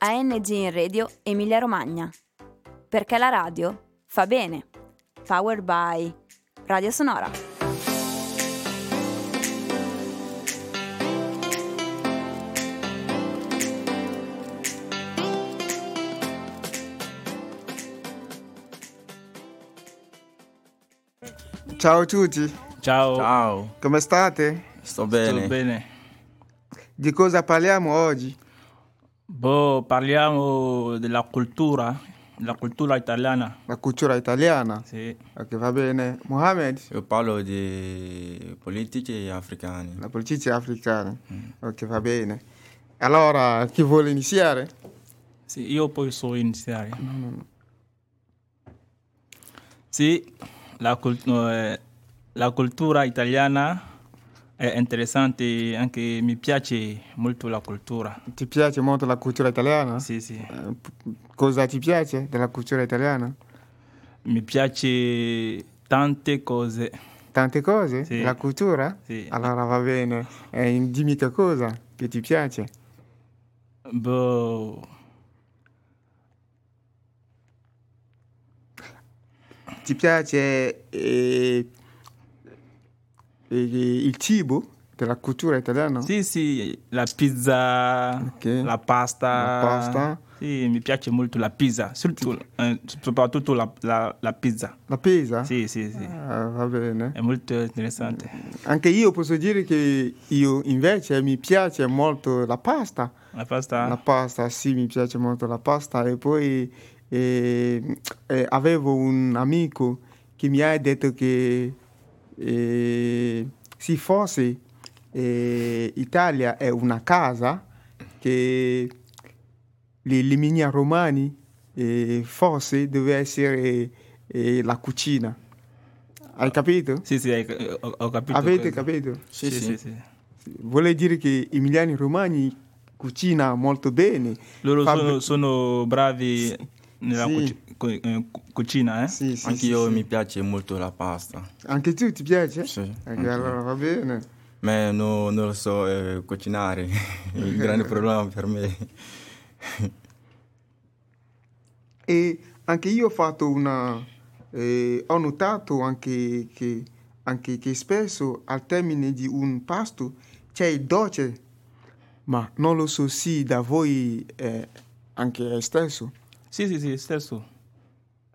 ANG in Radio Emilia Romagna. Perché la radio fa bene. Power by Radio Sonora. Ciao a tutti, Ciao, Ciao, come state? sto tutto bene. bene. Di cosa parliamo oggi? Boh, parliamo della cultura, la cultura italiana. La cultura italiana. Sì. Ok, va bene. Mohamed, Io parlo di politiche africane. la politica africana. Mm. Ok, va bene. Allora, chi vuole iniziare? Sì, io posso iniziare. Sì, la, cul- eh, la cultura italiana è interessante, anche mi piace molto la cultura. Ti piace molto la cultura italiana? Sì, sì. Eh, p- Cosa ti piace della cultura italiana? Mi piace tante cose. Tante cose? Sì. La cultura? Sì. Allora va bene. Eh, dimmi che cosa che ti piace. Boh, Ti piace eh, eh, il cibo della cultura italiana? Sì, sì, la pizza, Ok. la pasta. La pasta. Sì, mi piace molto la pizza, soprattutto, eh, soprattutto la, la- la pizza. La pesa? Sì, sì, sì. Ah, va bene. È molto interessante. Anche io posso dire che io invece mi piace molto la pasta. La pasta? La pasta, sì, mi piace molto la pasta. E poi eh, eh, avevo un amico che mi ha detto che eh, se fosse eh, Italia è una casa che gli Emilia Romani eh, forse deve essere eh, la cucina. Hai capito? Ah, Sì, sì, hai- eh, ho, ho capito. Avete cosa. capito? Sì, sì, sì. Vuole dire che i emiliani romani cucina molto bene. Loro Fa- sono, sono bravi nella Sì. cuci- cu- eh, cu- cucina, eh? Sì, sì, Anche sì, io sì. mi piace molto la pasta. Anche tu ti piace? Sì, Ok, anche allora va bene. Ma no- non lo so eh, cucinare, è un grande problema per me. E anche io ho fatto una... eh, ho notato anche che, anche che spesso al termine di un pasto c'è il dolce, ma non lo so se da voi è anche è stesso. Sì, sì, sì, stesso.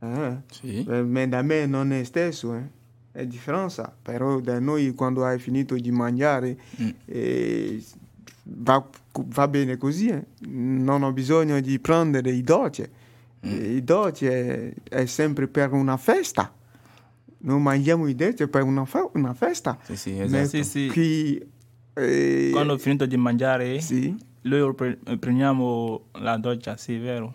Eh. Sì. Eh, ma da me non è stesso, eh. è differenza, però da noi quando hai finito di mangiare Mm. eh, va, va bene così, eh. non ho bisogno di prendere i dolci, Mm. Eh, i dolci è, è sempre per una festa, noi mangiamo i dolci per una, fe- una festa, Sì, sì, Ma esatto. Sì, sì. qui eh, Quando ho finito di mangiare, sì. loro pre- prendiamo la doccia, sì, vero?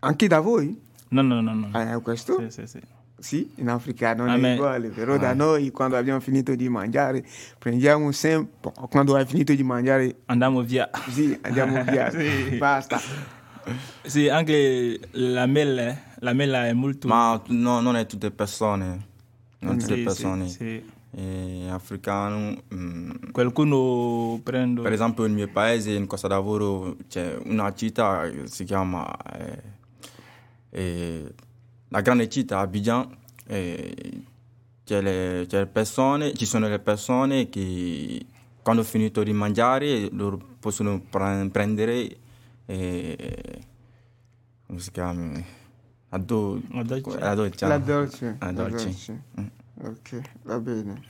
anche da voi, No, no, no, Mm. no. eh, questo? Sì, sì, sì. Sì, in Africa non Ah, è beh. uguale, però da noi quando abbiamo finito di mangiare prendiamo sempre, quando hai finito di mangiare, Andiamo via. sì, andiamo via, Sì. basta. Sì, anche la mela, la mela è molto... Ma no, non è tutte persone. Non Sì, tutte sì, persone. sì. Eh, africano, mm, Qualcuno prende... per esempio nel mio paese, in Costa d'Avorio, c'è una città che si chiama eh, eh, la grande città Abidjan. eh, c'è le, c'è le persone, ci sono le persone che quando ho finito di mangiare loro possono pre- prendere eh, come si chiama? La, do- La doccia. la doccia. La dolce. Ah, La dolce. Mm. Ok, va bene.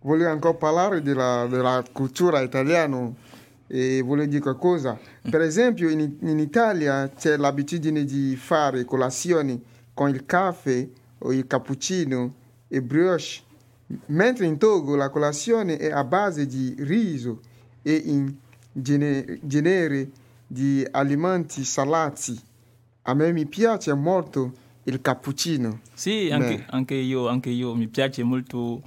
Volevo ancora parlare della, della cultura italiana e volevo dire qualcosa. Per esempio, in, in Italia c'è l'abitudine di fare colazioni con il caffè o il cappuccino e brioche, mentre in Togo la colazione è a base di riso e in gene- genere di alimenti salati. A me mi piace molto il cappuccino. Sì, anche, Beh. anche io, anche io. Mi piace molto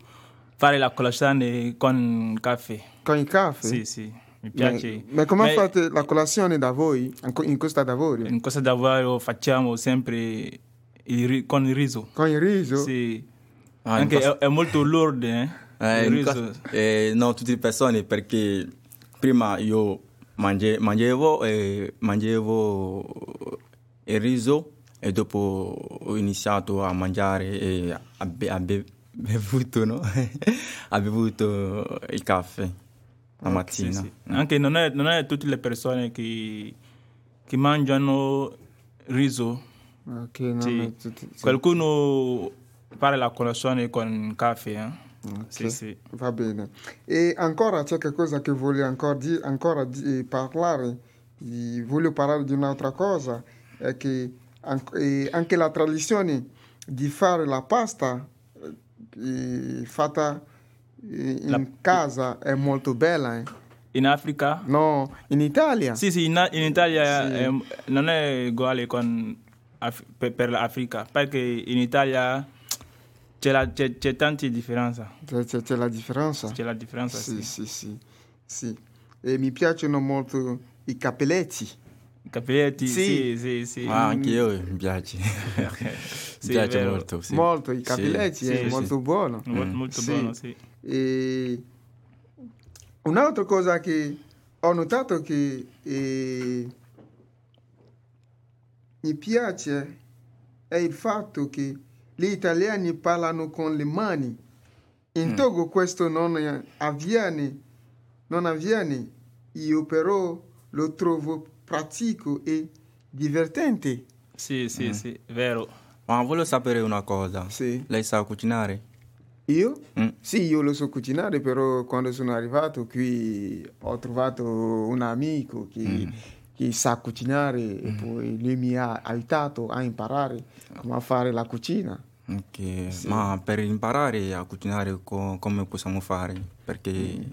fare la colazione con caffè. Con il caffè? Sì, sì, mi Ma- piace. Ma come fate la colazione da voi, anco- in Costa d'Avorio? In Costa d'Avorio facciamo sempre il ri- con il riso. Con il riso? Sì. Ah, in anche Costa- è, è molto lorde, eh? il Eh, in riso. cas- eh, no, tutte le persone perché prima io mangi- mangiavo, eh, mangiavo il riso e dopo ho iniziato a mangiare e a, be- a be- bevuto, no? ha bevuto il caffè la mattina. Sì, sì. Anche non è, non è tutte le persone che, che mangiano riso. Ok, no, Sì. no, tu- tu- Qualcuno fa la colazione con caffè. eh? ok, Sì, sì. Va bene. E ancora c'è qualcosa che voglio ancora, di- ancora di- parlare. Di- voglio parlare di un'altra cosa, è che an- e anche la tradizione di fare la pasta eh, eh, fatta eh, in La- casa è molto bella. eh. In Africa? No, in Italia. Sì, sì, in, in Italia ehm, non è uguale con Af- per, per l'Africa, perché in Italia c'è, la, c'è, c'è tante differenze. C'è, c'è- c'è la differenza. C'è la differenza, Sì, sì, sì. sì, sì. E mi piacciono molto i capelletti. Capelletti, Sì. sì, sì, sì. Ma anche io mi piace, Mm. Sì, mi piace vero. molto. Sì. Molto, i Sì, capelletti sì, è sì. Mm. molto buono. Mol- molto Sì. buono, sì. E un'altra cosa che ho notato che eh, mi piace è il fatto che gli italiani parlano con le mani. Mm. In Togo questo non avviene, non avviene. Io però lo trovo pratico e divertente. Sì, Eh. sì, sì, vero. Ma voglio sapere una cosa. Sì. Lei sa cucinare? Io? Mm. Sì, io lo so cucinare, però quando sono arrivato qui ho trovato un amico che, che sa cucinare e poi lui mi ha aiutato a imparare come fare la cucina. Ok, Ma per imparare a cucinare co- come possiamo fare? Perché io,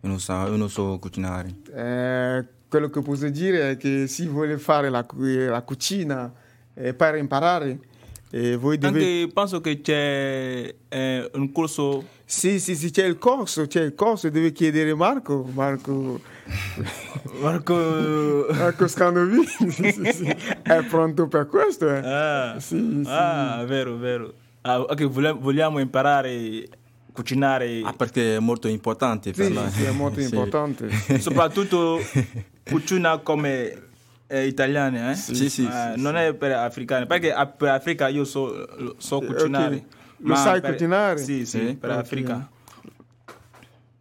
non sa- io non so cucinare. Eh, quello che posso dire è che se vuole fare la, cu- la cucina eh, per imparare, eh, voi dovete... Anche penso che c'è eh, un corso Sì, sì, sì, c'è il corso, c'è il corso, deve chiedere Marco, Marco, Marco Marco Scandovini, sì, sì, sì. è pronto per questo. eh. ah, Sì, sì. ah, vero, vero. Ah, ok, vole- vogliamo imparare a cucinare Ah, perché è molto importante per Sì, lei. sì, è molto eh, Sì. importante. soprattutto cucina come eh, italiana, eh? sì, sì, Ah, non è per africani, perché a- per Africa io so, so cucinare. Eh, ok. Lo sai per- cucinare? Sì, sì, Sì. per Ok. Africa.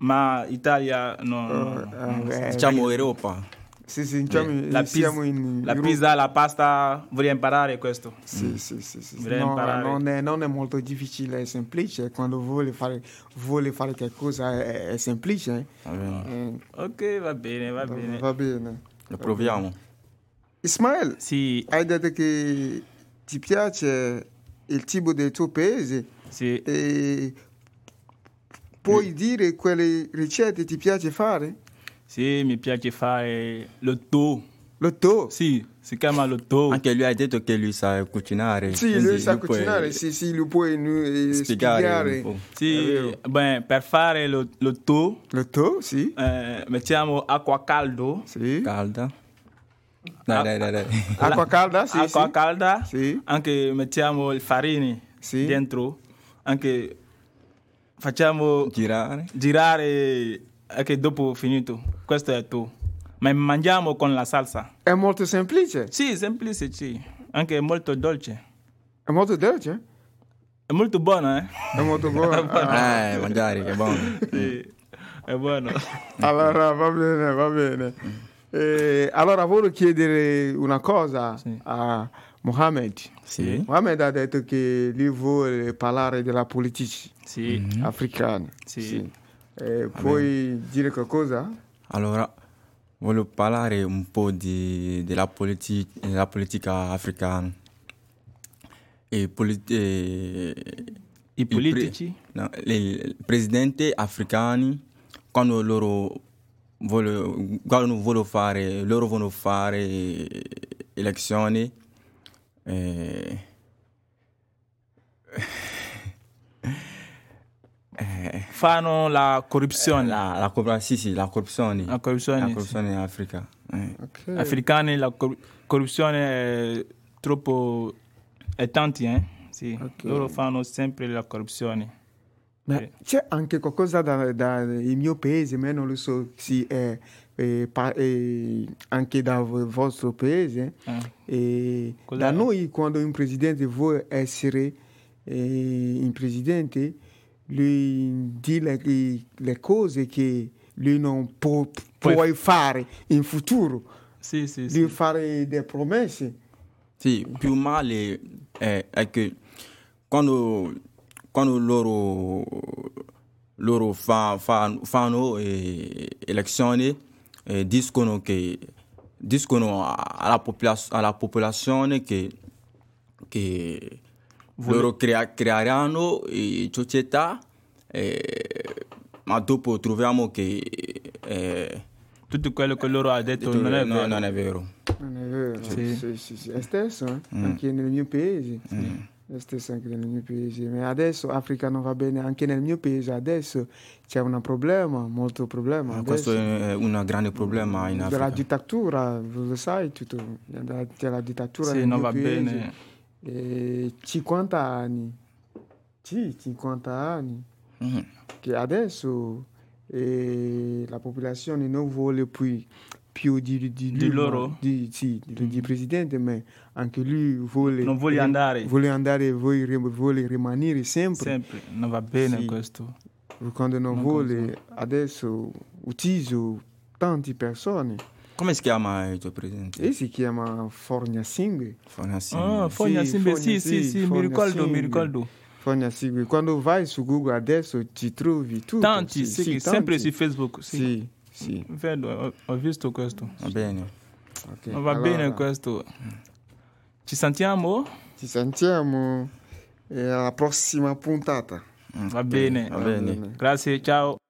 Ma Italia no, no, no. Ah, beh, Diciamo Europa. Sì, sì, diciamo, eh, La, pizza, siamo in la Europa. pizza, la pasta, voglio imparare questo. Sì, sì, sì, sì, sì. Vorrei No, imparare. non, è, non è molto difficile, è semplice. Quando vuole fare, vuole fare qualcosa è, è semplice. Va bene. Eh, Ok, va bene, va bene. Va bene. Lo proviamo. Ismael, Sì, hai detto che ti piace il cibo del tuo paese sì. e puoi dire quelle ricette ti piace fare? Sì, mi piace fare l'otto. Lo to. Sì, si chiama l'otto. Anche lui ha detto che lui sa cucinare. Oh. Sì, quindi lui sa puoi cucinare, sì, sì, lui può eh, Spiegare. spiegare. un po'. Sì, beh, per fare lo- l'otto Lo to, sì. eh, mettiamo acqua caldo, Sì. Calda. Dai, dai, dai, dai. Acqua calda, sì, acqua sì. calda, Sì. anche mettiamo il farini Sì. dentro, anche facciamo Girare. girare anche dopo finito. Questo è tutto. Ma mangiamo con la salsa. È molto semplice, Sì, semplice, sì. Anche molto dolce. è molto dolce, È molto buono, eh? è molto buono. Ah, Eh, mangiare, che buono. Sì, è buono. allora, va bene, va bene. Eh, allora, voglio chiedere una cosa a Mohamed. Sì. Mohamed ha detto che lui vuole parlare della politica Sì. Mm. africana. Sì. Eh, puoi dire qualcosa? Allora, voglio parlare un po' di- della, politi- della politica africana. E politi- e- I il pre- politici? no, le- il presidente africani, quando loro vogliono, quando vogliono fare, loro vogliono fare elezioni, eh, Fanno la corruzione. Eh, la, la, corru- sì, sì, la corruzione. La corruzione, La sì. corruzione in Africa. eh. africani la cor- corruzione è troppo è tanti eh? sì. loro fanno sempre la corruzione Ma Sì. c'è anche qualcosa da, da- il mio paese, ma non lo so se è eh, pa- eh, anche dal vostro paese. Eh. E Qual da è? noi, quando un presidente vuole essere eh, un presidente, lui dice le, le cose che lui non può, Puoi- puoi fare in futuro, Sì, sì, sì. lui fare delle promesse. Sì, più male è, è che quando, quando loro, loro fa- fa- fanno eh, elezioni eh, dicono, che, dicono a- alla, popola- alla popolazione che, che loro crea- creeranno eh, società, eh, ma dopo troviamo che eh, Tutto quello che loro hanno detto non è no, vero. non è vero. Non è vero, Sì. sì, sì, sì. è stesso eh? anche nel mio paese, è stesso anche nel mio paese, ma adesso Africa non va bene, anche nel mio paese adesso c'è un problema, molto problema, Ma adesso. Ah, Questo è un grande problema in della Africa. dittatura, lo sai tutto, della, della dittatura Sì, nel non mio va paese. bene. E 50 anni, sì, 50 anni, Mm. che adesso eh, la popolazione non vuole più, più di, di, di Di lui, ma- loro? Mm. di, sì, di, di presidente, ma anche lui vuole, Non vuole andare. vuole andare, vuole, rim- vuole rimanere sempre, Sempre. Non va bene Sì. questo. quando non, Non vuole, adesso ucciso tante persone Come si chiama il tuo presidente? e si chiama Fornia Singh. assim, Ah, Fonassi. Fogna Sì, Simbe, Fogna, sì, sì, sì, sì, mi Fogna ricordo, mi Simbe. ricordo. Fogna Singh, quando vai su Google adesso ti trovi tutto. Tanti, sì, sì, sì, sempre tanti. su Facebook. Sì. Sì, sì. Vedo, ho, ho visto questo. Va bene. ok. Non va bene Allora, questo. Ci sentiamo? Ci sentiamo eh, alla prossima é puntata. Va bene. Va bene. Grazie, ciao.